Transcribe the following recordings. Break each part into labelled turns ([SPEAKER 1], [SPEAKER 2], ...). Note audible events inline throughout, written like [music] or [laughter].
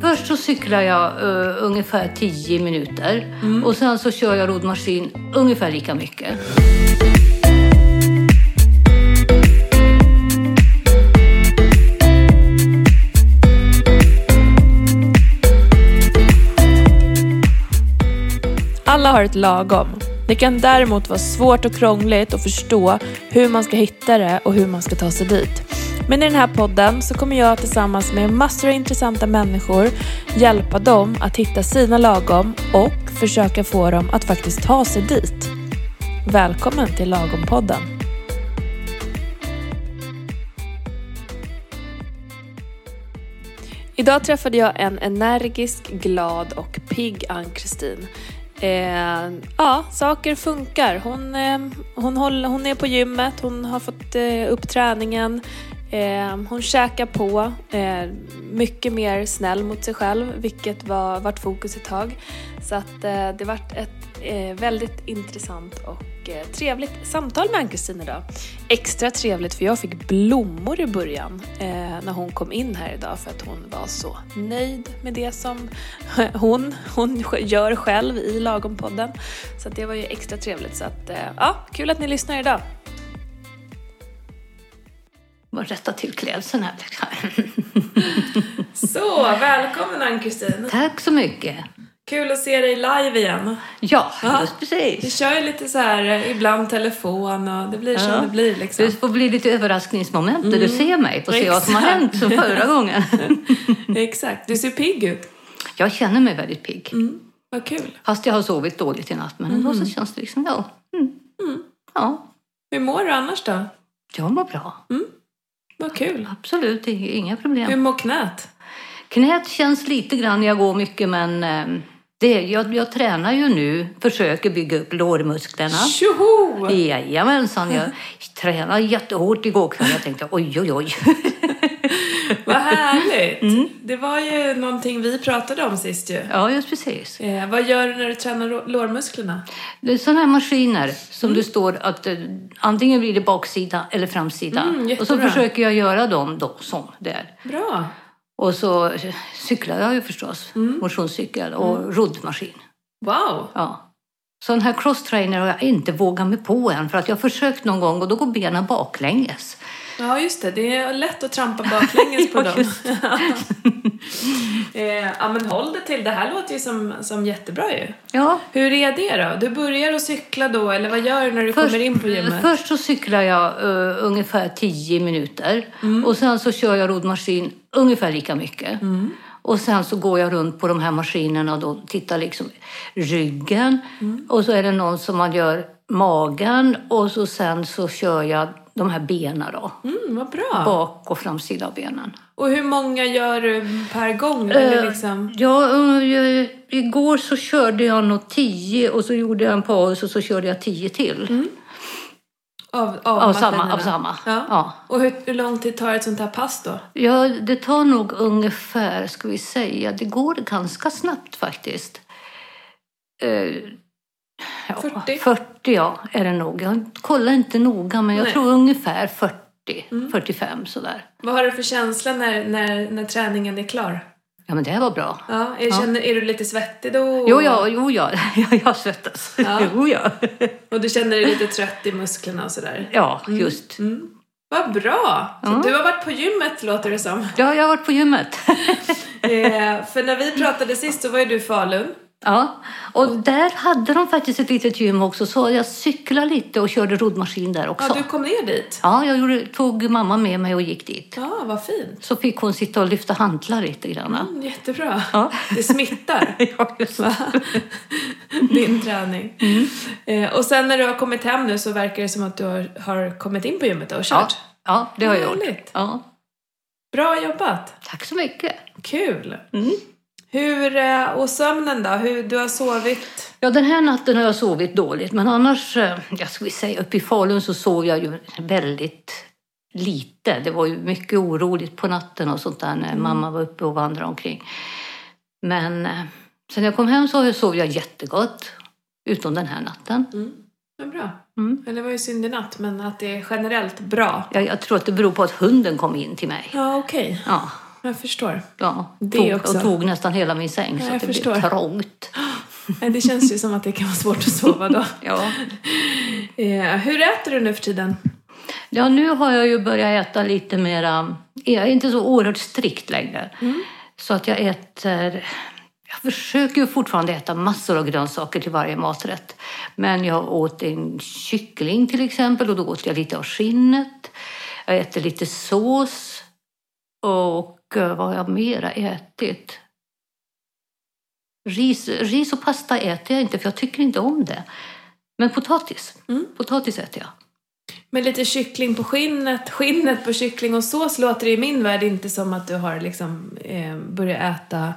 [SPEAKER 1] Först så cyklar jag eh, ungefär 10 minuter
[SPEAKER 2] Mm.
[SPEAKER 1] och sen så kör jag roddmaskin ungefär lika mycket.
[SPEAKER 2] Alla har ett lagom. Det kan däremot vara svårt och krångligt att förstå hur man ska hitta det och hur man ska ta sig dit. Men i den här podden så kommer jag tillsammans med massor av intressanta människor hjälpa dem att hitta sina lagom och försöka få dem att faktiskt ta sig dit. Välkommen till Lagom-podden. Idag träffade jag en energisk, glad och pigg Ann-Kristin. Eh, ja, saker funkar. Hon, eh, hon, håller, hon är på gymmet, hon har fått eh, upp träningen, eh, hon käkar på, eh, mycket mer snäll mot sig själv, vilket var, vart fokus ett tag. Så att, eh, det vart ett eh, väldigt intressant och eh, trevligt samtal med Ann-Kristin idag. Extra trevligt för jag fick blommor i början eh, när hon kom in här idag för att hon var så nöjd med det som [laughs] hon, hon gör själv i Lagom-podden. Så att det var ju extra trevligt. Så att, eh, ja, kul att ni lyssnar idag.
[SPEAKER 1] Bara rätta till klädseln här.
[SPEAKER 2] Så, välkommen Ann-Kristin!
[SPEAKER 1] Tack så mycket.
[SPEAKER 2] Kul att se dig live igen.
[SPEAKER 1] Ja,
[SPEAKER 2] Ja.
[SPEAKER 1] just precis.
[SPEAKER 2] kör ju lite så här eh, ibland telefon och det blir
[SPEAKER 1] Ja.
[SPEAKER 2] blir liksom.
[SPEAKER 1] Det får bli lite överraskningsmoment där du ser mig och ser vad som har
[SPEAKER 2] Mm. Exakt.
[SPEAKER 1] hänt som
[SPEAKER 2] [laughs]
[SPEAKER 1] förra gången.
[SPEAKER 2] Exakt, du ser pigg ut.
[SPEAKER 1] Jag känner mig väldigt pigg.
[SPEAKER 2] Mm. Vad kul.
[SPEAKER 1] Fast jag har sovit dåligt i natt, men ändå så känns det liksom, ja. Mm. Ja,
[SPEAKER 2] Hur mår du annars då?
[SPEAKER 1] jag mår bra.
[SPEAKER 2] Mm. Vad kul.
[SPEAKER 1] Absolut, det är inga problem.
[SPEAKER 2] Hur mår knät?
[SPEAKER 1] Knät känns lite grann, jag går mycket, men eh, det, jag, jag tränar ju nu, försöker bygga upp lårmusklerna.
[SPEAKER 2] Tjoho!
[SPEAKER 1] Jajamensan, jag tränade jättehårt igår kväll. Jag tänkte oj, oj, oj. [laughs]
[SPEAKER 2] Vad härligt!
[SPEAKER 1] Mm.
[SPEAKER 2] Det var ju någonting vi pratade om sist ju.
[SPEAKER 1] Ja, just precis.
[SPEAKER 2] Eh, vad gör du när du tränar lå- lårmusklerna?
[SPEAKER 1] Det är sådana här maskiner som
[SPEAKER 2] Mm.
[SPEAKER 1] det står att eh, antingen blir det baksida eller framsida.
[SPEAKER 2] Mm,
[SPEAKER 1] och så
[SPEAKER 2] jättebra.
[SPEAKER 1] försöker jag göra dem då, som där.
[SPEAKER 2] Bra!
[SPEAKER 1] Och så eh, cyklar jag ju förstås,
[SPEAKER 2] Mm.
[SPEAKER 1] motionscykel och roddmaskin.
[SPEAKER 2] Wow!
[SPEAKER 1] Ja. Sån här crosstrainer har jag inte vågat mig på än för att jag har försökt någon gång och då går benen baklänges.
[SPEAKER 2] Ja, just det. Det är lätt att trampa baklänges på
[SPEAKER 1] [laughs] Ja,
[SPEAKER 2] dem. [laughs] eh, ja, men håll det till. Det här låter ju som, som jättebra ju.
[SPEAKER 1] Ja.
[SPEAKER 2] Hur är det då? Du börjar att cykla då, eller vad gör du när du kommer in på gymmet?
[SPEAKER 1] först så cyklar jag eh, ungefär 10 minuter
[SPEAKER 2] Mm.
[SPEAKER 1] och sen så kör jag roddmaskin ungefär lika mycket.
[SPEAKER 2] Mm.
[SPEAKER 1] Och sen så går jag runt på de här maskinerna och då tittar liksom ryggen
[SPEAKER 2] Mm.
[SPEAKER 1] och så är det någon som man gör magen och så sen så kör jag de här benen då.
[SPEAKER 2] Mm, vad bra!
[SPEAKER 1] Bak och framsida av benen.
[SPEAKER 2] Och hur många gör du per gång? Eller liksom?
[SPEAKER 1] Ja, eh, jag, igår så körde jag nog 10 och så gjorde jag en paus och så körde jag 10 till.
[SPEAKER 2] Mm. Av, av,
[SPEAKER 1] Av samma.
[SPEAKER 2] maskinerna?
[SPEAKER 1] Av samma.
[SPEAKER 2] Ja.
[SPEAKER 1] Ja.
[SPEAKER 2] Och hur, hur lång tid tar ett sånt här pass då?
[SPEAKER 1] Ja, det tar nog ungefär, ska vi säga, det går ganska snabbt faktiskt. Eh, ja,
[SPEAKER 2] 40?
[SPEAKER 1] 40 ja, är det nog. Jag kollar inte noga, men jag
[SPEAKER 2] Nej. Mm.
[SPEAKER 1] tror ungefär 40, 45 sådär.
[SPEAKER 2] Vad har du för känsla när, när, när träningen är klar?
[SPEAKER 1] Ja, men det här var bra.
[SPEAKER 2] Ja, är, Känner, är du lite svettig då?
[SPEAKER 1] Jo, ja, jo, ja. [laughs] Jag, jag svettas.
[SPEAKER 2] Ja.
[SPEAKER 1] Jo, ja.
[SPEAKER 2] Och du känner dig lite trött i musklerna och sådär?
[SPEAKER 1] Ja, just.
[SPEAKER 2] Mm. Vad bra! Så Du har varit på gymmet låter det som.
[SPEAKER 1] Ja, jag har varit på gymmet.
[SPEAKER 2] eh, för när vi pratade sist så var ju du i Falun.
[SPEAKER 1] Ja, och där hade de faktiskt ett litet gym också, så jag cyklade lite och körde roddmaskin där också.
[SPEAKER 2] Ja, du kom ner dit.
[SPEAKER 1] Ja, jag gjorde, tog mamma med mig och gick dit.
[SPEAKER 2] Ja, vad fint.
[SPEAKER 1] Så fick hon sitta och lyfta hantlar lite grann.
[SPEAKER 2] Mm, jättebra.
[SPEAKER 1] Ja. [laughs]
[SPEAKER 2] Det smittar,
[SPEAKER 1] Ja, just det.
[SPEAKER 2] din träning.
[SPEAKER 1] Mm.
[SPEAKER 2] Eh, och sen när du har kommit hem nu så verkar det som att du har, har kommit in på gymmet och
[SPEAKER 1] Ja,
[SPEAKER 2] kört.
[SPEAKER 1] ja, det har jag gjort.
[SPEAKER 2] Härligt.
[SPEAKER 1] Ja,
[SPEAKER 2] Bra jobbat!
[SPEAKER 1] tack så mycket.
[SPEAKER 2] Kul!
[SPEAKER 1] Mm.
[SPEAKER 2] Hur, eh, och sömnen då? Hur du har sovit?
[SPEAKER 1] Ja, den här natten har jag sovit dåligt, men annars, eh, jag skulle säga, uppe i Falun så sov jag ju väldigt lite. Det var ju mycket oroligt på natten och sånt där när
[SPEAKER 2] Mm.
[SPEAKER 1] mamma var uppe och vandrade omkring. Men eh, sen jag kom hem så har jag- sov jag jättegott, utom den här natten.
[SPEAKER 2] Vad bra.
[SPEAKER 1] Mm.
[SPEAKER 2] Eller det var ju synd i natt, men att det är generellt bra.
[SPEAKER 1] Jag, jag tror att det beror på att hunden kom in till mig.
[SPEAKER 2] Ja, okej.
[SPEAKER 1] Ja,
[SPEAKER 2] Jag förstår.
[SPEAKER 1] Ja,
[SPEAKER 2] Det
[SPEAKER 1] tog,
[SPEAKER 2] också.
[SPEAKER 1] och tog nästan hela min säng så
[SPEAKER 2] jag
[SPEAKER 1] att det
[SPEAKER 2] förstår.
[SPEAKER 1] blev trångt.
[SPEAKER 2] Nej, Det känns ju som att det kan vara svårt att sova [laughs] då.
[SPEAKER 1] Ja.
[SPEAKER 2] Eh, hur äter du nu för tiden?
[SPEAKER 1] Ja, nu har jag ju börjat äta lite mera... Jag är inte så oerhört strikt längre. Så att jag äter... Jag försöker ju fortfarande äta massor av grönsaker till varje maträtt. Men jag åt en kyckling till exempel och då åt jag lite av skinnet. Jag äter lite sås. Och eh, vad har jag mera ätit? Ris, ris och pasta äter jag inte för jag tycker inte om det. Men potatis. Potatis äter jag.
[SPEAKER 2] Med lite kyckling på skinnet, skinnet på kyckling och sås låter det i min värld inte som att du har liksom eh, börjat äta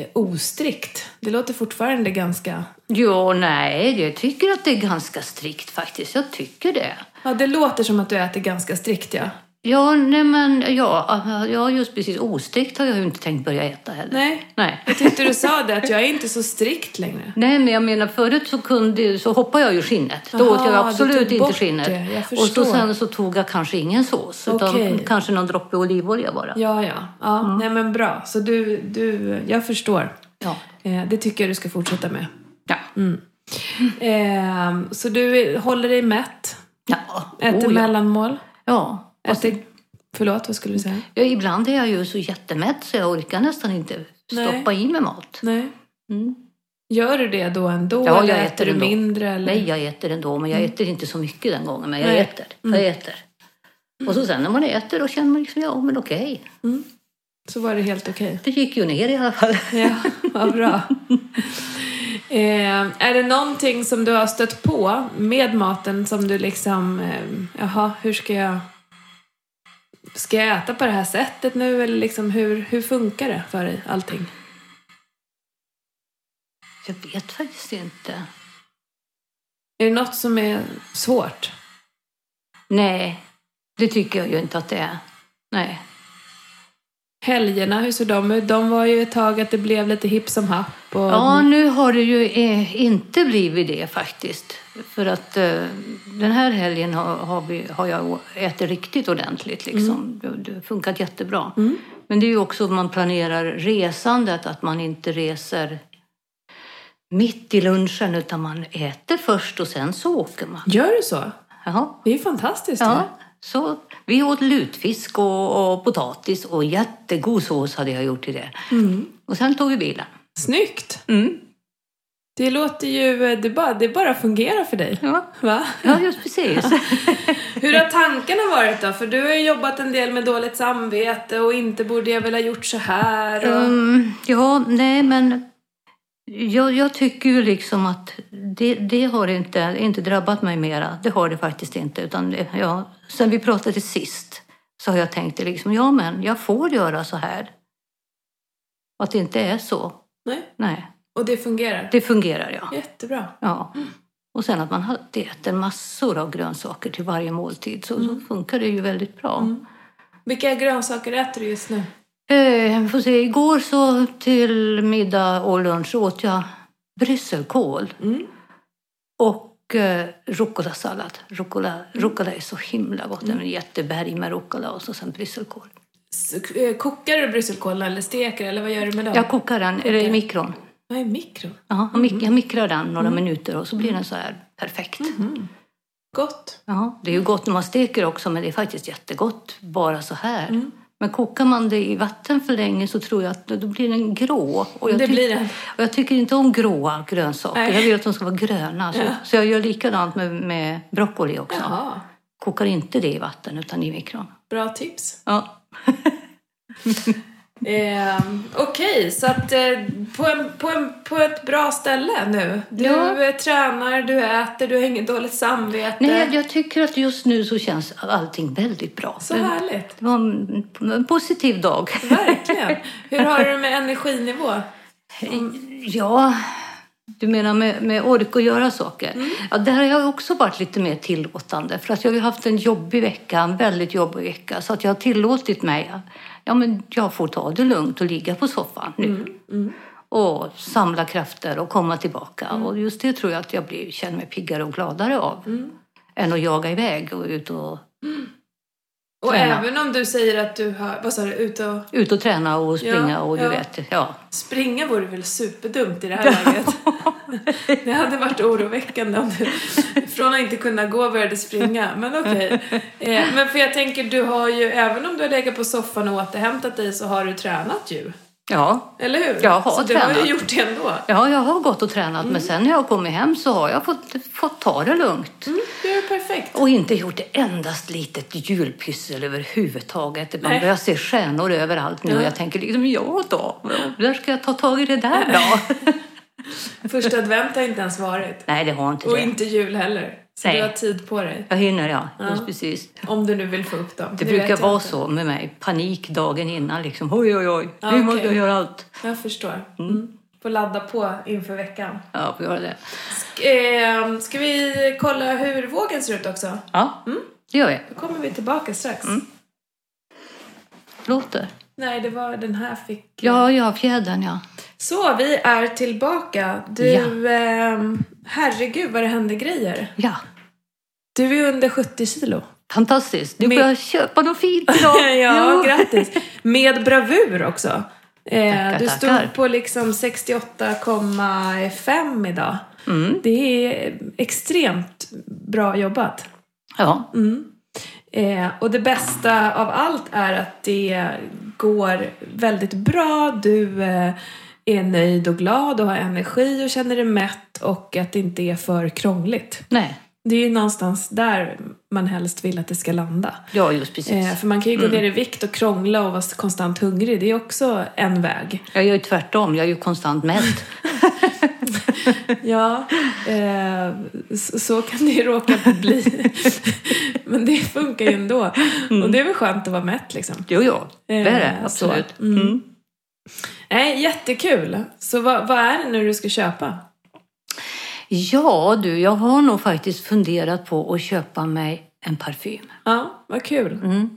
[SPEAKER 2] eh, ostrikt. Det låter fortfarande ganska...
[SPEAKER 1] Jo, nej, jag tycker att det är ganska strikt faktiskt. Jag tycker det.
[SPEAKER 2] Ja, det låter som att du äter ganska strikt ja.
[SPEAKER 1] Ja, nej men ja, ja just precis. Ostrikt har jag ju inte tänkt börja äta heller.
[SPEAKER 2] Nej,
[SPEAKER 1] Nej.
[SPEAKER 2] jag tyckte du sa det att jag är inte så strikt längre.
[SPEAKER 1] Nej, men jag menar förut så, kunde, så hoppade jag ju skinnet. Då
[SPEAKER 2] Aha,
[SPEAKER 1] åt jag ju
[SPEAKER 2] du
[SPEAKER 1] absolut
[SPEAKER 2] tog
[SPEAKER 1] inte
[SPEAKER 2] bort
[SPEAKER 1] skinnet.
[SPEAKER 2] det. Jag
[SPEAKER 1] och så
[SPEAKER 2] förstår.
[SPEAKER 1] sen så tog jag kanske ingen sås,
[SPEAKER 2] Okej.
[SPEAKER 1] utan kanske någon droppe olivolja bara.
[SPEAKER 2] Ja, ja. ja Nej men bra. Så du, du, jag förstår.
[SPEAKER 1] Mm. Ja.
[SPEAKER 2] Eh, det tycker jag du ska fortsätta med.
[SPEAKER 1] Ja.
[SPEAKER 2] Mm. Eh, så du håller dig mätt,
[SPEAKER 1] ja.
[SPEAKER 2] äter
[SPEAKER 1] Oh, ja.
[SPEAKER 2] mellanmål,
[SPEAKER 1] ja.
[SPEAKER 2] äter... Förlåt, vad skulle du säga?
[SPEAKER 1] ja. Ibland är jag ju så jättemätt så jag orkar nästan inte
[SPEAKER 2] Nej.
[SPEAKER 1] stoppa i mig mat.
[SPEAKER 2] Nej.
[SPEAKER 1] Mm.
[SPEAKER 2] Gör du det då ändå?
[SPEAKER 1] Ja, jag
[SPEAKER 2] eller
[SPEAKER 1] äter
[SPEAKER 2] du
[SPEAKER 1] ändå.
[SPEAKER 2] mindre? Eller? Mm.
[SPEAKER 1] Nej, jag äter ändå, men jag äter inte så mycket den gången. Men jag
[SPEAKER 2] Nej. Mm.
[SPEAKER 1] äter. Jag äter. Och så sen när man äter, då känner man liksom, ja men okej.
[SPEAKER 2] Så var det helt okej.
[SPEAKER 1] Det gick ju ner i alla fall. [laughs]
[SPEAKER 2] Ja, vad bra. eh, är det någonting som du har stött på med maten som du liksom, eh, jaha, hur ska jag... Ska jag äta på det här sättet nu eller liksom hur, hur funkar det för dig allting?
[SPEAKER 1] Jag vet faktiskt inte.
[SPEAKER 2] Är det något som är svårt?
[SPEAKER 1] Nej, det tycker jag ju inte att det är. Nej.
[SPEAKER 2] Helgerna, hur såg de ut? De var ju ett tag att det blev lite hipp som happ. Och...
[SPEAKER 1] Ja, nu har det ju eh, inte blivit det faktiskt. För att eh, den här helgen har, har, vi, har jag ätit riktigt ordentligt. Liksom. Det, det har funkat jättebra. Men det är ju också om man planerar resandet, att man inte reser mitt i lunchen utan man äter först och sen så åker man.
[SPEAKER 2] Gör du så?
[SPEAKER 1] Jaha.
[SPEAKER 2] Det är ju fantastiskt.
[SPEAKER 1] Ja,
[SPEAKER 2] va?
[SPEAKER 1] så vi åt lutfisk och, och potatis och jättegod sås hade jag gjort till det. Och sen tog vi bilen.
[SPEAKER 2] Snyggt!
[SPEAKER 1] Mm.
[SPEAKER 2] Det låter ju, det bara, det bara fungerar för dig.
[SPEAKER 1] Ja.
[SPEAKER 2] Va?
[SPEAKER 1] Ja, just precis.
[SPEAKER 2] Hur har tankarna varit då? För du har ju jobbat en del med dåligt samvete och inte borde jag väl ha gjort så här. Och...
[SPEAKER 1] Mm, ja, nej men jag, jag tycker ju liksom att det, det har inte, inte drabbat mig mera. Det har det faktiskt inte. Utan det, ja, sen vi pratade sist så har jag tänkt det liksom, ja men jag får göra så här. Och att det inte är så.
[SPEAKER 2] Nej.
[SPEAKER 1] Nej,
[SPEAKER 2] Och det fungerar.
[SPEAKER 1] det fungerar ja.
[SPEAKER 2] Jättebra.
[SPEAKER 1] Ja. Och sen att man alltid äter massor av grönsaker till varje måltid så, så funkar det ju väldigt bra.
[SPEAKER 2] Vilka grönsaker äter du just nu?
[SPEAKER 1] Eh, får se, igår så till middag och lunch åt jag brysselkål och eh, rucolasallad. Rucola, rucola är så himla gott. Det är En jätteberg med rucola och så sen brysselkål.
[SPEAKER 2] S- eh, Kokar du brysselkålen eller steker eller vad gör du med dem?
[SPEAKER 1] Jag kokar den eller i mikron.
[SPEAKER 2] Vad är mikron?
[SPEAKER 1] Ja, jag, mik- jag mikrar den några minuter och så blir den så här perfekt.
[SPEAKER 2] Gott.
[SPEAKER 1] Ja, det är ju gott när man steker också, men det är faktiskt jättegott bara så här.
[SPEAKER 2] Mm.
[SPEAKER 1] Men kokar man det i vatten för länge så tror jag att då blir den grå. Och jag
[SPEAKER 2] Det
[SPEAKER 1] tyck-
[SPEAKER 2] blir den.
[SPEAKER 1] Och jag tycker inte om gråa grönsaker.
[SPEAKER 2] Nej.
[SPEAKER 1] Jag vill att de ska vara gröna. Så, så jag gör likadant med, med broccoli också.
[SPEAKER 2] Jaha,
[SPEAKER 1] Kokar inte det i vatten utan i mikron.
[SPEAKER 2] bra tips.
[SPEAKER 1] Ja.
[SPEAKER 2] Eh, Okej, så att eh, på, en, på, en, på ett bra ställe nu. Du
[SPEAKER 1] Ja.
[SPEAKER 2] eh, tränar, du äter, du har inget dåligt samvete.
[SPEAKER 1] Nej, jag tycker att just nu så känns allting väldigt bra.
[SPEAKER 2] Så
[SPEAKER 1] det,
[SPEAKER 2] härligt.
[SPEAKER 1] det var en, en positiv dag.
[SPEAKER 2] Verkligen. Hur har du det med energinivå?
[SPEAKER 1] Ja, du menar med, med ork att göra saker?
[SPEAKER 2] Mm.
[SPEAKER 1] Ja, där har jag också varit lite mer tillåtande. För att jag har ju haft en jobbig vecka, en väldigt jobbig vecka. Så att jag har tillåtit mig, ja men jag får ta det lugnt och ligga på soffan nu.
[SPEAKER 2] Mm,
[SPEAKER 1] Och samla krafter och komma tillbaka.
[SPEAKER 2] Mm.
[SPEAKER 1] Och just det tror jag att jag blir,
[SPEAKER 2] Mm.
[SPEAKER 1] känner mig piggare och gladare av. Än att jaga iväg och ut och
[SPEAKER 2] Och
[SPEAKER 1] träna.
[SPEAKER 2] även om du säger att du har, vad sa du, ut och
[SPEAKER 1] Ut och träna och springa
[SPEAKER 2] Ja,
[SPEAKER 1] och du
[SPEAKER 2] ja.
[SPEAKER 1] vet. Ja.
[SPEAKER 2] springa vore väl superdumt i det här läget.
[SPEAKER 1] [laughs]
[SPEAKER 2] Det hade varit oroväckande om du från att inte kunna gå började springa. Men okej. Eh, Men för jag tänker, du har ju, även om du har legat på soffan och återhämtat dig så har du tränat ju.
[SPEAKER 1] ja.
[SPEAKER 2] Eller hur?
[SPEAKER 1] Jag har
[SPEAKER 2] så du har
[SPEAKER 1] tränat.
[SPEAKER 2] ju gjort det ändå.
[SPEAKER 1] Ja, jag har gått och tränat
[SPEAKER 2] Mm.
[SPEAKER 1] men sen när jag har kommit hem så har jag fått, fått ta det lugnt.
[SPEAKER 2] Mm, det är perfekt.
[SPEAKER 1] Och inte gjort ett endast litet julpyssel överhuvudtaget. Man
[SPEAKER 2] Nej.
[SPEAKER 1] börjar se stjärnor överallt nu och jag tänker liksom, ja då, där ska jag ta tag i det där då?
[SPEAKER 2] Första advent har inte ens varit.
[SPEAKER 1] Nej, det har inte
[SPEAKER 2] Och
[SPEAKER 1] det.
[SPEAKER 2] inte jul heller. Så
[SPEAKER 1] Nej.
[SPEAKER 2] du har tid på dig.
[SPEAKER 1] Jag hinner, ja. Just precis.
[SPEAKER 2] Om du nu vill få upp dem.
[SPEAKER 1] Det
[SPEAKER 2] Nu
[SPEAKER 1] brukar
[SPEAKER 2] vet jag
[SPEAKER 1] vara
[SPEAKER 2] inte.
[SPEAKER 1] så med mig. Panik dagen innan liksom. Oj, oj, oj. Nu
[SPEAKER 2] Ja,
[SPEAKER 1] måste
[SPEAKER 2] okej.
[SPEAKER 1] jag göra allt.
[SPEAKER 2] Jag förstår. Mm. Får ladda på inför veckan.
[SPEAKER 1] Ja, får göra det.
[SPEAKER 2] Sk- eh, ska vi kolla hur vågen ser ut också?
[SPEAKER 1] Ja,
[SPEAKER 2] Mm.
[SPEAKER 1] det gör jag.
[SPEAKER 2] Då kommer vi tillbaka strax.
[SPEAKER 1] Mm. Låter.
[SPEAKER 2] Nej, det var den här fick...
[SPEAKER 1] Ja, ja, fjädern ja.
[SPEAKER 2] Så, vi är tillbaka. Du,
[SPEAKER 1] Ja.
[SPEAKER 2] ehm, herregud vad det händer grejer.
[SPEAKER 1] Ja,
[SPEAKER 2] Du är under 70
[SPEAKER 1] [laughs]
[SPEAKER 2] kilo.
[SPEAKER 1] fantastiskt. Nu får
[SPEAKER 2] Med-
[SPEAKER 1] jag köpa något fint idag.
[SPEAKER 2] [laughs] ja, grattis. Med bravur också. Eh,
[SPEAKER 1] Tackar,
[SPEAKER 2] du stod
[SPEAKER 1] tackar.
[SPEAKER 2] på liksom 68,5 idag.
[SPEAKER 1] Mm.
[SPEAKER 2] Det är extremt bra jobbat.
[SPEAKER 1] ja.
[SPEAKER 2] Mm. Eh, och det bästa av allt är att det går väldigt bra. Du eh, är nöjd och glad och har energi och känner dig mätt och att det inte är för krångligt.
[SPEAKER 1] nej.
[SPEAKER 2] Det är ju någonstans där man helst vill att det ska landa.
[SPEAKER 1] Ja, just precis.
[SPEAKER 2] Eh, för man kan ju gå ner i vikt och krångla och vara konstant hungrig. Det är också en väg.
[SPEAKER 1] Jag gör ju tvärtom. Jag är ju konstant mätt.
[SPEAKER 2] Ja, eh, så, så kan det ju råka bli. Men det funkar ju ändå. Och det är väl skönt att vara mätt liksom.
[SPEAKER 1] Jo, jo. Det är det.
[SPEAKER 2] Eh,
[SPEAKER 1] Absolut.
[SPEAKER 2] så. Mm. Nej, jättekul. Så vad, vad är det nu du ska köpa?
[SPEAKER 1] Ja, du. Jag har nog faktiskt funderat på att köpa mig en parfym.
[SPEAKER 2] Ja, vad kul.
[SPEAKER 1] Mm.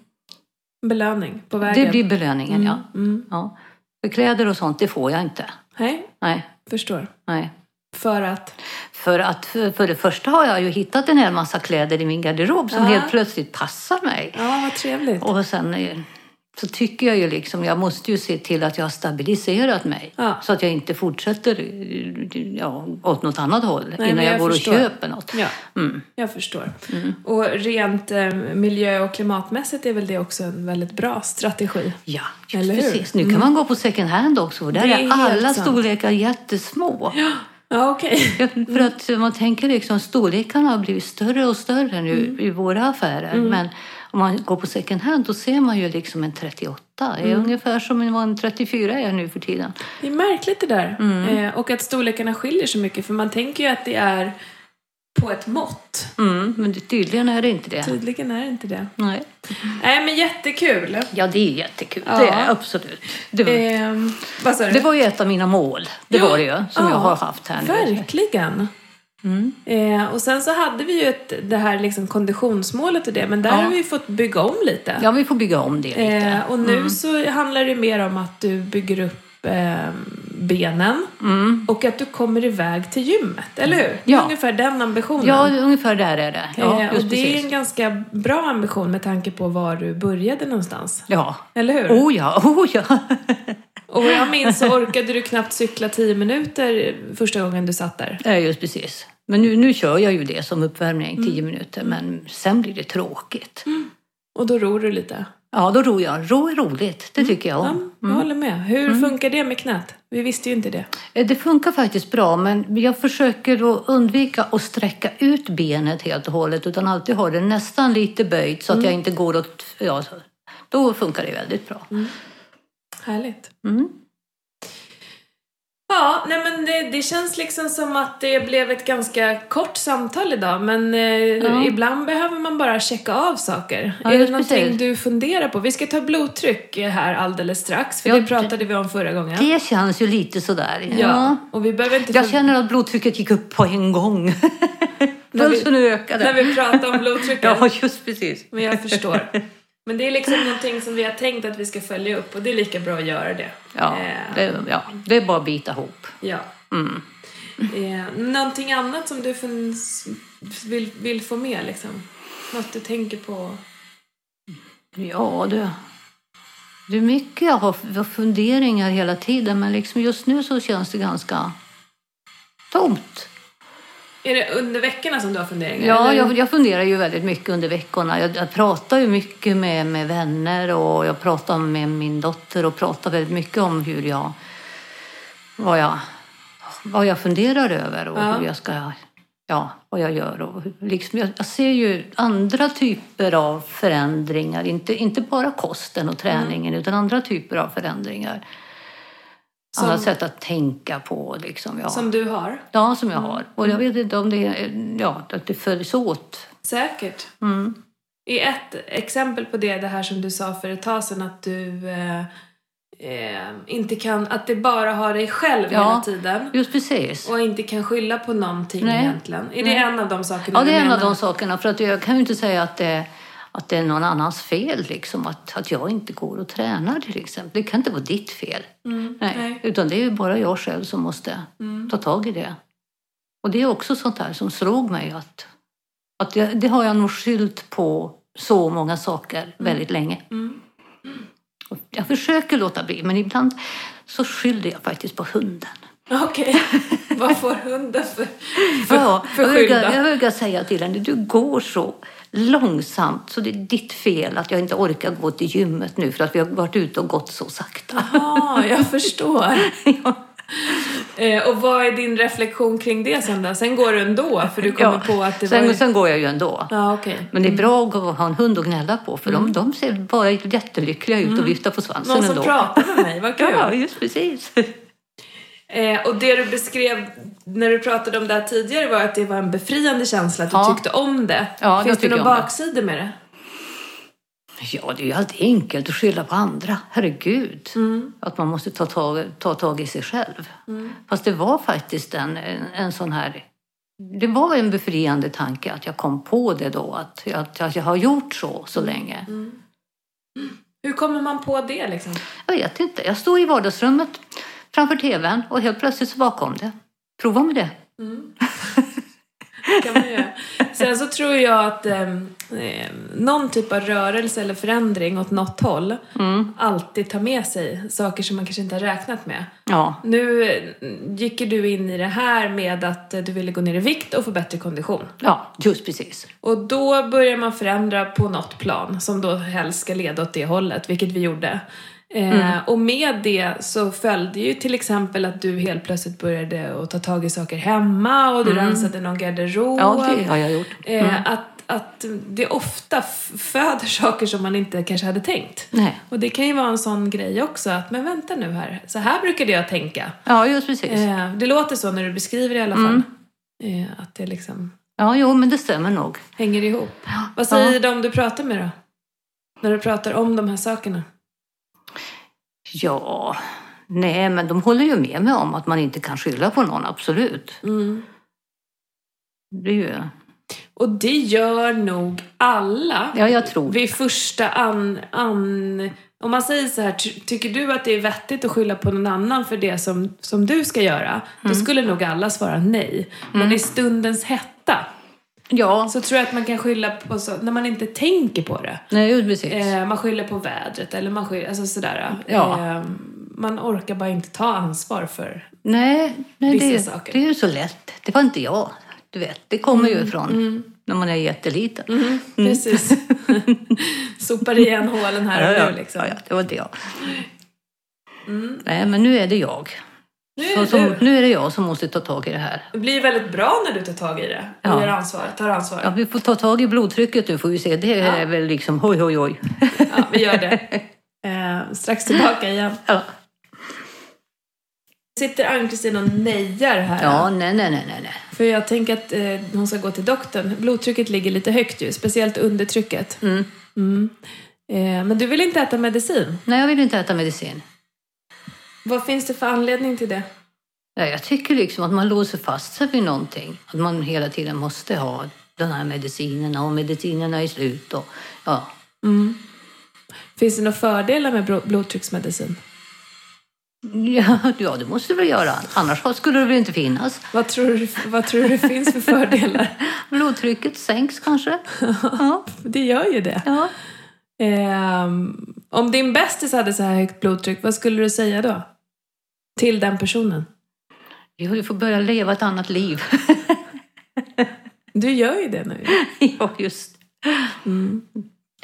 [SPEAKER 2] Belöning på vägen.
[SPEAKER 1] Det blir belöningen, ja.
[SPEAKER 2] Mm.
[SPEAKER 1] ja. För kläder och sånt, det får jag inte.
[SPEAKER 2] Nej,
[SPEAKER 1] Nej,
[SPEAKER 2] förstår.
[SPEAKER 1] nej.
[SPEAKER 2] För att...
[SPEAKER 1] För att för, för det första har jag ju hittat en hel massa kläder i min garderob som
[SPEAKER 2] Ja.
[SPEAKER 1] helt plötsligt passar mig.
[SPEAKER 2] Ja, vad trevligt.
[SPEAKER 1] Och sen eh, så tycker jag ju liksom, jag måste ju se till att jag har stabiliserat mig.
[SPEAKER 2] Ja.
[SPEAKER 1] Så att jag inte fortsätter eh, ja, åt något annat håll
[SPEAKER 2] men
[SPEAKER 1] innan jag,
[SPEAKER 2] jag
[SPEAKER 1] går
[SPEAKER 2] förstår.
[SPEAKER 1] och köper något.
[SPEAKER 2] Ja,
[SPEAKER 1] Mm.
[SPEAKER 2] jag förstår. Och rent eh, miljö och klimatmässigt är väl det också en väldigt bra strategi.
[SPEAKER 1] Ja, just
[SPEAKER 2] Eller hur? Mm.
[SPEAKER 1] precis. Nu kan man gå på second hand också. och Där
[SPEAKER 2] Det
[SPEAKER 1] är,
[SPEAKER 2] är helt
[SPEAKER 1] alla
[SPEAKER 2] sant.
[SPEAKER 1] storlekar jättesmå.
[SPEAKER 2] Ja, Mm. okej. [laughs]
[SPEAKER 1] Ja, För att man tänker liksom storlekarna har blivit större och större nu
[SPEAKER 2] Mm.
[SPEAKER 1] i våra affärer. Men om man går på second hand då ser man ju liksom en 38. Det är
[SPEAKER 2] Mm.
[SPEAKER 1] ungefär som vad en 34 är nu för tiden.
[SPEAKER 2] Det är märkligt det där.
[SPEAKER 1] Mm.
[SPEAKER 2] Eh, och att storlekarna skiljer så mycket. För man tänker ju att det är på ett mått.
[SPEAKER 1] Mm, men det- tydligen är det inte det.
[SPEAKER 2] Tydligen är det inte det.
[SPEAKER 1] Nej.
[SPEAKER 2] Nej, men jättekul.
[SPEAKER 1] Ja, det är jättekul.
[SPEAKER 2] Ja.
[SPEAKER 1] Det är det, absolut. Det var,
[SPEAKER 2] Eh, vad sa du?
[SPEAKER 1] det var ju ett av mina mål. Det
[SPEAKER 2] Ja.
[SPEAKER 1] var det ju. Som
[SPEAKER 2] Ja.
[SPEAKER 1] jag har haft här nu. Mm.
[SPEAKER 2] Verkligen. Eh, och sen så hade vi ju ett, det här liksom konditionsmålet och det, men där
[SPEAKER 1] Ja.
[SPEAKER 2] har vi ju fått bygga om lite.
[SPEAKER 1] Ja, vi får bygga om det lite. Mm.
[SPEAKER 2] eh, och nu så handlar det mer om att du bygger upp eh, benen och att du kommer iväg till gymmet, eller hur? Det är
[SPEAKER 1] Mm. Ja.
[SPEAKER 2] Ungefär den ambitionen.
[SPEAKER 1] Ja, ungefär där är det. Ja,
[SPEAKER 2] eh, och
[SPEAKER 1] just
[SPEAKER 2] det är
[SPEAKER 1] precis.
[SPEAKER 2] en ganska bra ambition med tanke på var du började någonstans.
[SPEAKER 1] Ja.
[SPEAKER 2] Eller hur?
[SPEAKER 1] Oh ja, [laughs] oh ja.
[SPEAKER 2] Och vad jag minns så orkade du knappt cykla 10 minuter första gången du satt där.
[SPEAKER 1] Ja, just precis. Men nu, nu kör jag ju det som uppvärmning,
[SPEAKER 2] Mm.
[SPEAKER 1] 10 minuter, men sen blir det tråkigt.
[SPEAKER 2] Och då ror du lite.
[SPEAKER 1] Ja, då ror jag. Ro är roligt, det tycker jag
[SPEAKER 2] Mm. Ja,
[SPEAKER 1] om.
[SPEAKER 2] jag håller med. Hur
[SPEAKER 1] Mm.
[SPEAKER 2] funkar det med knät? Vi visste ju inte det.
[SPEAKER 1] Eh, Det funkar faktiskt bra, men jag försöker då undvika att sträcka ut benet helt och hållet, utan alltid ha det nästan lite böjt så att
[SPEAKER 2] Mm.
[SPEAKER 1] jag inte går åt... Ja, så- då funkar det väldigt bra.
[SPEAKER 2] Mm. Härligt.
[SPEAKER 1] Mm.
[SPEAKER 2] Ja, nej men det, det känns liksom som att det blev ett ganska kort samtal idag men eh, ibland behöver man bara checka av saker.
[SPEAKER 1] Ja,
[SPEAKER 2] är det
[SPEAKER 1] just
[SPEAKER 2] någonting
[SPEAKER 1] precis.
[SPEAKER 2] du funderar på? Vi ska ta blodtryck här alldeles strax för
[SPEAKER 1] Ja,
[SPEAKER 2] det
[SPEAKER 1] det-
[SPEAKER 2] pratade vi om förra gången.
[SPEAKER 1] Det känns ju lite sådär. Ja.
[SPEAKER 2] Ja, och vi behöver inte...
[SPEAKER 1] Jag
[SPEAKER 2] för-
[SPEAKER 1] känner att blodtrycket gick upp på en
[SPEAKER 2] [laughs]
[SPEAKER 1] gång. Pulsen ökade.
[SPEAKER 2] När vi pratar om
[SPEAKER 1] [laughs]
[SPEAKER 2] blodtrycket.
[SPEAKER 1] Ja, just precis.
[SPEAKER 2] Men jag förstår. Men det är liksom någonting som vi har tänkt att vi ska följa upp och det är lika bra att göra det.
[SPEAKER 1] Ja,
[SPEAKER 2] Eh,
[SPEAKER 1] det, ja, det är bara att bita ihop.
[SPEAKER 2] Ja.
[SPEAKER 1] Mm.
[SPEAKER 2] Eh, någonting annat som du finns, vill, vill få med liksom? Något du tänker på?
[SPEAKER 1] Ja, du. Det är mycket jag har jag har funderingar hela tiden, men liksom just nu så känns det ganska tomt.
[SPEAKER 2] Är det under veckorna som du har funderingar?
[SPEAKER 1] Ja,
[SPEAKER 2] eller?
[SPEAKER 1] jag, jag funderar ju väldigt mycket under veckorna. Jag, jag pratar ju mycket med, med vänner och jag pratar med min dotter och pratar väldigt mycket om hur jag... Vad jag, vad jag funderar över och
[SPEAKER 2] Ja.
[SPEAKER 1] hur jag ska... Ja, vad jag gör. Och hur- liksom, jag, jag ser ju andra typer av förändringar. Inte, inte bara kosten och
[SPEAKER 2] Mm.
[SPEAKER 1] träningen, utan andra typer av förändringar.
[SPEAKER 2] Som-
[SPEAKER 1] Andra sätt att tänka på. Liksom, ja.
[SPEAKER 2] Som du har?
[SPEAKER 1] Ja, som jag har. Och jag vet inte om det, är- ja, att det följs åt.
[SPEAKER 2] Säkert.
[SPEAKER 1] Mm.
[SPEAKER 2] I ett exempel på det, det här som du sa för ett tag sedan att du eh, eh, inte kan, att det bara har dig själv
[SPEAKER 1] Ja.
[SPEAKER 2] hela tiden
[SPEAKER 1] Just precis.
[SPEAKER 2] och inte kan skylla på någonting
[SPEAKER 1] Nej.
[SPEAKER 2] egentligen. Är det en av de sakerna
[SPEAKER 1] Ja, det
[SPEAKER 2] du
[SPEAKER 1] är en
[SPEAKER 2] menar?
[SPEAKER 1] av de sakerna. För att jag kan ju inte säga att det, att det är någon annans fel, liksom. Att, att jag inte går och tränar till exempel. Det kan inte vara ditt fel.
[SPEAKER 2] Mm,
[SPEAKER 1] Nej.
[SPEAKER 2] nej.
[SPEAKER 1] Utan det är ju bara jag själv som måste
[SPEAKER 2] Mm.
[SPEAKER 1] ta tag i det. Och det är också sånt här som slog mig att, att det, det har jag nog skyllt på så många saker väldigt länge.
[SPEAKER 2] Mm.
[SPEAKER 1] Och Jag försöker låta bli, men ibland så skyller jag faktiskt på hunden.
[SPEAKER 2] [laughs] Okej, vad får hunden för, för,
[SPEAKER 1] Ja,
[SPEAKER 2] för
[SPEAKER 1] jag,
[SPEAKER 2] skyll då?
[SPEAKER 1] brukar, jag brukar säga till henne, du går så långsamt så det är ditt fel att jag inte orkar gå till gymmet nu för att vi har varit ute och gått så sakta.
[SPEAKER 2] Ja, Ah, jag
[SPEAKER 1] [laughs]
[SPEAKER 2] förstår. Eh, och vad är din reflektion kring det sen då? Sen går du ändå, för du kommer på att det
[SPEAKER 1] sen,
[SPEAKER 2] var... ju-
[SPEAKER 1] sen går jag ju ändå.
[SPEAKER 2] Ja, Mm. okej.
[SPEAKER 1] Men det är bra att gå och ha en hund att gnälla på för de, de ser bara jättelyckliga ut och viftar på svansen
[SPEAKER 2] Mm. Någon som
[SPEAKER 1] ändå.
[SPEAKER 2] pratar med mig, vad kul.
[SPEAKER 1] [laughs] Ja, just precis.
[SPEAKER 2] Eh, och det du beskrev när du pratade om det här tidigare var att det var en befriande känsla att du
[SPEAKER 1] Ja.
[SPEAKER 2] tyckte om det.
[SPEAKER 1] Ja,
[SPEAKER 2] Finns
[SPEAKER 1] jag
[SPEAKER 2] det
[SPEAKER 1] tycker
[SPEAKER 2] någon
[SPEAKER 1] om det.
[SPEAKER 2] baksida med det?
[SPEAKER 1] Ja, det är ju alltid enkelt att skylla på andra. Herregud.
[SPEAKER 2] Mm.
[SPEAKER 1] Att man måste ta tag, ta tag i sig själv. Fast det var faktiskt en, en, en sån här... Det var en befriande tanke att jag kom på det då, att, jag- att, jag har gjort så så länge.
[SPEAKER 2] Mm. Hur kommer man på det liksom?
[SPEAKER 1] Jag vet inte. Jag stod i vardagsrummet framför tvn och helt plötsligt så bakom det. Prova med det.
[SPEAKER 2] kan
[SPEAKER 1] [laughs]
[SPEAKER 2] man göra. Sen så tror jag att ehm, eh, någon typ av rörelse eller förändring åt något håll
[SPEAKER 1] Mm.
[SPEAKER 2] alltid tar med sig saker som man kanske inte har räknat med.
[SPEAKER 1] Ja,
[SPEAKER 2] Nu eh, gick ju du in i det här med att eh, du ville gå ner i vikt och få bättre kondition.
[SPEAKER 1] ja just precis.
[SPEAKER 2] Och då börjar man förändra på något plan som då helst ska leda åt det hållet, vilket vi gjorde.
[SPEAKER 1] Mm.
[SPEAKER 2] Eh, och med det så följde ju till exempel att du helt plötsligt började att ta tag i saker hemma och du rensade någon
[SPEAKER 1] Mm.
[SPEAKER 2] garderob.
[SPEAKER 1] Ja, det Mm. har jag gjort.
[SPEAKER 2] Eh, att, att det ofta f- föder saker som man inte kanske hade tänkt.
[SPEAKER 1] Nej.
[SPEAKER 2] Och det kan ju vara en sån grej också, att men vänta nu här, så här brukade jag tänka.
[SPEAKER 1] Ja, just precis.
[SPEAKER 2] Eh, det låter så när du beskriver det i alla fall.
[SPEAKER 1] Mm.
[SPEAKER 2] Eh, att det liksom
[SPEAKER 1] Ja, jo, men det stämmer nog.
[SPEAKER 2] hänger ihop.
[SPEAKER 1] Ja.
[SPEAKER 2] Vad säger de du pratar med då? När du pratar om de här sakerna?
[SPEAKER 1] Ja, nej, men de håller ju med mig om att man inte kan skylla på någon, absolut. Det är ju...
[SPEAKER 2] Och det gör nog alla
[SPEAKER 1] Ja, jag tror
[SPEAKER 2] vid första an... an om man säger så här, ty- tycker du att det är vettigt att skylla på någon annan för det som, som du ska göra? Då
[SPEAKER 1] Mm.
[SPEAKER 2] skulle nog alla svara nej. Men i stundens hetta
[SPEAKER 1] Ja,
[SPEAKER 2] så tror jag att man kan skylla på så, när man inte tänker på det.
[SPEAKER 1] nej, just precis.
[SPEAKER 2] Eh, man skyller på vädret eller man skyller, alltså sådär.
[SPEAKER 1] Ja.
[SPEAKER 2] Eh, man orkar bara inte ta ansvar för
[SPEAKER 1] nej, nej det, är,
[SPEAKER 2] vissa saker.
[SPEAKER 1] det är ju så lätt. Det var inte jag, du vet. Det kommer
[SPEAKER 2] Mm,
[SPEAKER 1] ju ifrån när man är jätteliten. Mm.
[SPEAKER 2] Precis. [laughs] Sopar igen hålen här och nu liksom. Mm.
[SPEAKER 1] ja, ja, det var inte jag. Nej, men nu är det jag.
[SPEAKER 2] Nu
[SPEAKER 1] Så,
[SPEAKER 2] är
[SPEAKER 1] som,
[SPEAKER 2] det du.
[SPEAKER 1] nu är det jag som måste ta tag i det här.
[SPEAKER 2] Det blir väldigt bra när du tar tag i det. Och
[SPEAKER 1] Ja.
[SPEAKER 2] gör ansvar, tar ansvar.
[SPEAKER 1] Ja,
[SPEAKER 2] Ja.
[SPEAKER 1] vi får ta tag i blodtrycket nu får vi se. Det är
[SPEAKER 2] Ja.
[SPEAKER 1] väl liksom hoj, hoj, hoj.
[SPEAKER 2] vi
[SPEAKER 1] [laughs]
[SPEAKER 2] gör det. Eh, strax tillbaka igen.
[SPEAKER 1] Ja.
[SPEAKER 2] Sitter Ann-Kristin och nejar här.
[SPEAKER 1] Ja, nej, nej, nej, nej, nej.
[SPEAKER 2] För jag tänker att eh, hon ska gå till doktorn. Blodtrycket ligger lite högt ju, speciellt undertrycket.
[SPEAKER 1] Mm.
[SPEAKER 2] Mm. Eh, men du vill inte äta medicin.
[SPEAKER 1] Nej, jag vill inte äta medicin.
[SPEAKER 2] Vad finns det för anledning till det?
[SPEAKER 1] Ja, jag tycker liksom att man låser fast sig vid någonting. Att man hela tiden måste ha den här medicinerna och medicinerna är slut. Och, ja.
[SPEAKER 2] Finns det några fördelar med bro- blodtrycksmedicin?
[SPEAKER 1] Ja, [laughs] ja, det måste du väl göra. Annars skulle det väl inte finnas.
[SPEAKER 2] Vad tror du, vad tror du det finns för fördelar? [laughs]
[SPEAKER 1] Blodtrycket sänks kanske. Ja,
[SPEAKER 2] Det gör ju det.
[SPEAKER 1] ja.
[SPEAKER 2] Ehm, om din bästis hade så här högt blodtryck, vad skulle du säga då? Till den personen?
[SPEAKER 1] Jo, du får börja leva ett annat liv. [laughs]
[SPEAKER 2] Du gör ju det nu.
[SPEAKER 1] ja, just
[SPEAKER 2] Mm.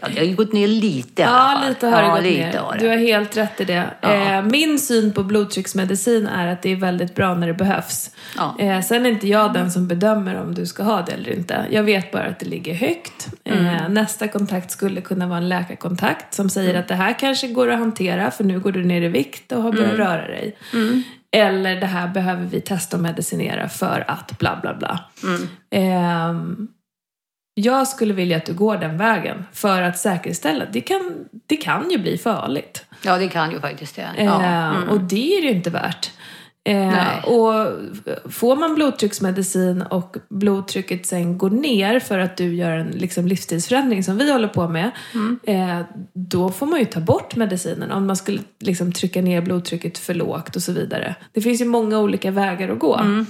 [SPEAKER 1] ja, det. har ju gått ner lite i alla
[SPEAKER 2] Ja,
[SPEAKER 1] fall.
[SPEAKER 2] lite har det
[SPEAKER 1] ja,
[SPEAKER 2] gått
[SPEAKER 1] lite
[SPEAKER 2] ner.
[SPEAKER 1] har det.
[SPEAKER 2] Du har helt rätt i det.
[SPEAKER 1] Ja.
[SPEAKER 2] Eh, min syn på blodtrycksmedicin är att det är väldigt bra när det behövs.
[SPEAKER 1] Ja.
[SPEAKER 2] Eh, sen är inte jag den som bedömer om du ska ha det eller inte. Jag vet bara att det ligger högt.
[SPEAKER 1] Mm.
[SPEAKER 2] Eh, nästa kontakt skulle kunna vara en läkarkontakt som säger att det här kanske går att hantera för nu går du ner i vikt och har börjat
[SPEAKER 1] Mm.
[SPEAKER 2] röra dig. Eller det här behöver vi testa och medicinera för att bla bla bla.
[SPEAKER 1] Mm.
[SPEAKER 2] Ehm, jag skulle vilja att du går den vägen för att säkerställa. Det kan, det kan ju bli farligt.
[SPEAKER 1] ja, det kan ju faktiskt det. Ja.
[SPEAKER 2] Eh,
[SPEAKER 1] Mm.
[SPEAKER 2] Och det är det ju inte värt.
[SPEAKER 1] Nej.
[SPEAKER 2] Eh, och får man blodtrycksmedicin och blodtrycket sen går ner för att du gör en liksom, livsstilsförändring som vi håller på med.
[SPEAKER 1] Mm.
[SPEAKER 2] Eh, då får man ju ta bort medicinen om man skulle liksom, trycka ner blodtrycket för lågt och så vidare. Det finns ju många olika vägar att gå.
[SPEAKER 1] Mm.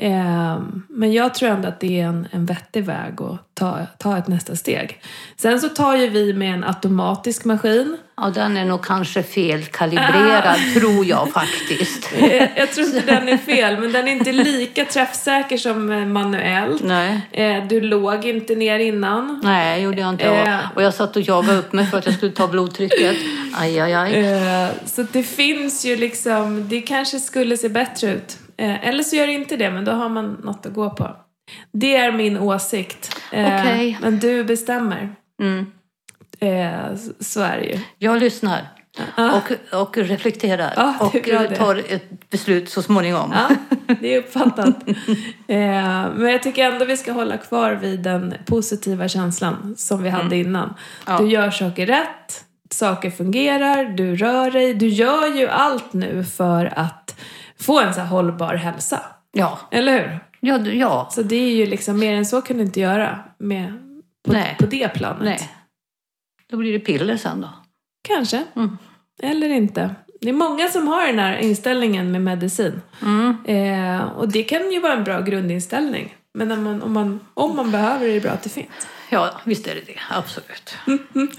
[SPEAKER 2] Eh, men jag tror ändå att det är en, en vettig väg att ta, ta ett nästa steg. Sen så tar ju vi med en automatisk maskin.
[SPEAKER 1] ja, den är nog kanske felkalibrerad,
[SPEAKER 2] [laughs]
[SPEAKER 1] tror jag faktiskt.
[SPEAKER 2] Eh, Jag tror
[SPEAKER 1] [laughs]
[SPEAKER 2] inte den är fel, men den är inte lika träffsäker som eh, manuellt.
[SPEAKER 1] Nej.
[SPEAKER 2] Eh, Du låg inte ner innan.
[SPEAKER 1] Nej, gjorde jag inte.
[SPEAKER 2] Eh.
[SPEAKER 1] Och- Och jag satt och jagade upp mig för att jag skulle ta blodtrycket. Aj, aj, aj.
[SPEAKER 2] Eh, Så det finns ju liksom, det kanske skulle se bättre ut. Eh, Eller så gör det inte det, men då har man något att gå på. Det är min åsikt. Eh,
[SPEAKER 1] Okej.
[SPEAKER 2] Men du bestämmer.
[SPEAKER 1] Mm.
[SPEAKER 2] Eh, s- Så är det ju.
[SPEAKER 1] Jag lyssnar
[SPEAKER 2] Ja.
[SPEAKER 1] och, och reflekterar
[SPEAKER 2] Ja, det är
[SPEAKER 1] och
[SPEAKER 2] bra Ah, det. Ah.
[SPEAKER 1] tar ett beslut så småningom.
[SPEAKER 2] Ja, det är uppfattat. [laughs] Eh, men jag tycker ändå vi ska hålla kvar vid den positiva känslan som vi hade innan.
[SPEAKER 1] Mm. Ja.
[SPEAKER 2] Du gör saker rätt, saker fungerar, du rör dig. Du gör ju allt nu för att få en så här hållbar hälsa.
[SPEAKER 1] Ja,
[SPEAKER 2] Eller hur?
[SPEAKER 1] ja, du- ja.
[SPEAKER 2] Så det är ju liksom, mer än så kan du inte göra med, på,
[SPEAKER 1] Nej.
[SPEAKER 2] på det planet.
[SPEAKER 1] nej. Då blir det piller sen då.
[SPEAKER 2] Kanske.
[SPEAKER 1] Mm.
[SPEAKER 2] Eller inte. Det är många som har den här inställningen med medicin.
[SPEAKER 1] Mm.
[SPEAKER 2] Eh, och det kan ju vara en bra grundinställning. Men när man, om, man, om man behöver är det bra att det finns.
[SPEAKER 1] Ja, visst är det det.
[SPEAKER 2] [laughs]
[SPEAKER 1] Absolut.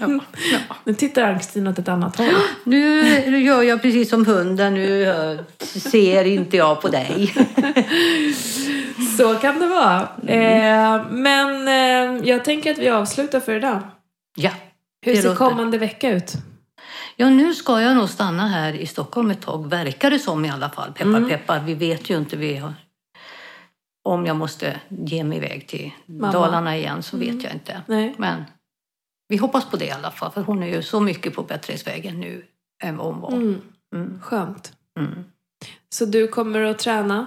[SPEAKER 1] Ja. Ja.
[SPEAKER 2] Nu tittar Ann-Kristin åt ett annat
[SPEAKER 1] [gasps]
[SPEAKER 2] håll.
[SPEAKER 1] Nu nu gör jag precis som hunden. Nu eh, ser inte jag på
[SPEAKER 2] [laughs]
[SPEAKER 1] dig.
[SPEAKER 2] Så kan det vara.
[SPEAKER 1] Mm.
[SPEAKER 2] Eh, men eh, jag tänker att vi avslutar för idag.
[SPEAKER 1] Ja.
[SPEAKER 2] Hur
[SPEAKER 1] det
[SPEAKER 2] ser
[SPEAKER 1] låter.
[SPEAKER 2] kommande vecka ut?
[SPEAKER 1] Ja, nu ska jag nog stanna här i Stockholm ett tag, verkar det som i alla fall. Peppar,
[SPEAKER 2] Mm.
[SPEAKER 1] peppar. Vi vet ju inte vi har... om jag måste ge mig iväg till
[SPEAKER 2] Mamma. Mm.
[SPEAKER 1] Dalarna igen, så vet jag inte.
[SPEAKER 2] Nej.
[SPEAKER 1] Men vi hoppas på det i alla fall, för hon är ju så mycket på bättringsvägen nu än vad hon var.
[SPEAKER 2] Mm,
[SPEAKER 1] Mm.
[SPEAKER 2] skönt.
[SPEAKER 1] Mm.
[SPEAKER 2] Så du kommer att träna.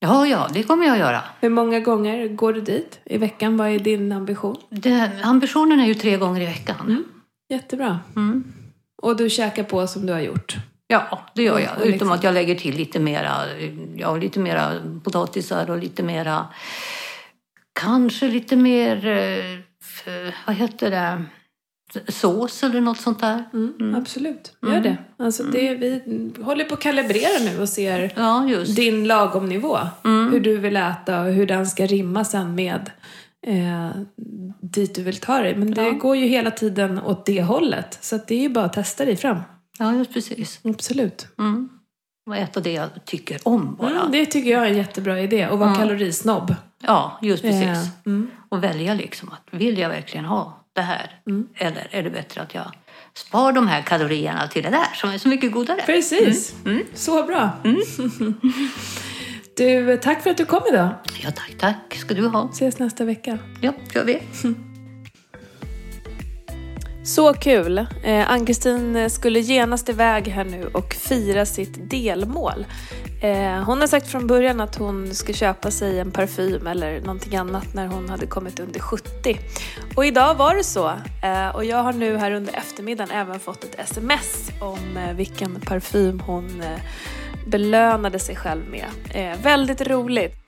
[SPEAKER 1] Ja, ja, det kommer jag göra.
[SPEAKER 2] Hur många gånger går du dit i veckan? Vad är din ambition?
[SPEAKER 1] Det, ambitionen är ju tre gånger i
[SPEAKER 2] Mm.
[SPEAKER 1] veckan.
[SPEAKER 2] Jättebra.
[SPEAKER 1] Mm.
[SPEAKER 2] Och du käkar på som du har gjort.
[SPEAKER 1] Ja, det gör
[SPEAKER 2] Och
[SPEAKER 1] jag.
[SPEAKER 2] liksom-
[SPEAKER 1] Utom att jag lägger till lite mera, ja, lite mera potatisar och lite mera, kanske lite mer, eh, f- vad heter det, sås eller något sånt där.
[SPEAKER 2] Mm,
[SPEAKER 1] Mm.
[SPEAKER 2] Absolut, gör det. Alltså det. Vi håller på att kalibrera nu och ser
[SPEAKER 1] Ja, just.
[SPEAKER 2] din lagom nivå.
[SPEAKER 1] Mm.
[SPEAKER 2] Hur du vill äta och hur den ska rimma sen med eh, dit du vill ta dig. Men det
[SPEAKER 1] Ja.
[SPEAKER 2] går ju hela tiden åt det hållet. Så att det är ju bara att testa dig fram.
[SPEAKER 1] Ja, just precis.
[SPEAKER 2] Absolut.
[SPEAKER 1] Mm. Och äta det jag tycker om bara.
[SPEAKER 2] Mm, det tycker jag är en jättebra idé. Och vara kalorisnobb.
[SPEAKER 1] Ja, just precis.
[SPEAKER 2] Eh, mm.
[SPEAKER 1] Och välja liksom att vill jag verkligen ha det här?
[SPEAKER 2] Mm.
[SPEAKER 1] Eller är det bättre att jag spar de här kalorierna till det där som är så mycket godare?
[SPEAKER 2] Precis.
[SPEAKER 1] Mm.
[SPEAKER 2] Så bra. [laughs] du, tack för att du kom idag.
[SPEAKER 1] Ja, tack, tack ska du ha.
[SPEAKER 2] Ses nästa vecka.
[SPEAKER 1] Ja, gör vi.
[SPEAKER 2] Så kul! Eh, Ann-Kristin skulle genast iväg här nu och fira sitt delmål. Eh, hon har sagt från början att hon ska köpa sig en parfym eller någonting annat när hon hade kommit under 70. Och idag var det så. Eh, och jag har nu här under eftermiddagen även fått ett sms om eh, vilken parfym hon eh, belönade sig själv med. Eh, väldigt roligt!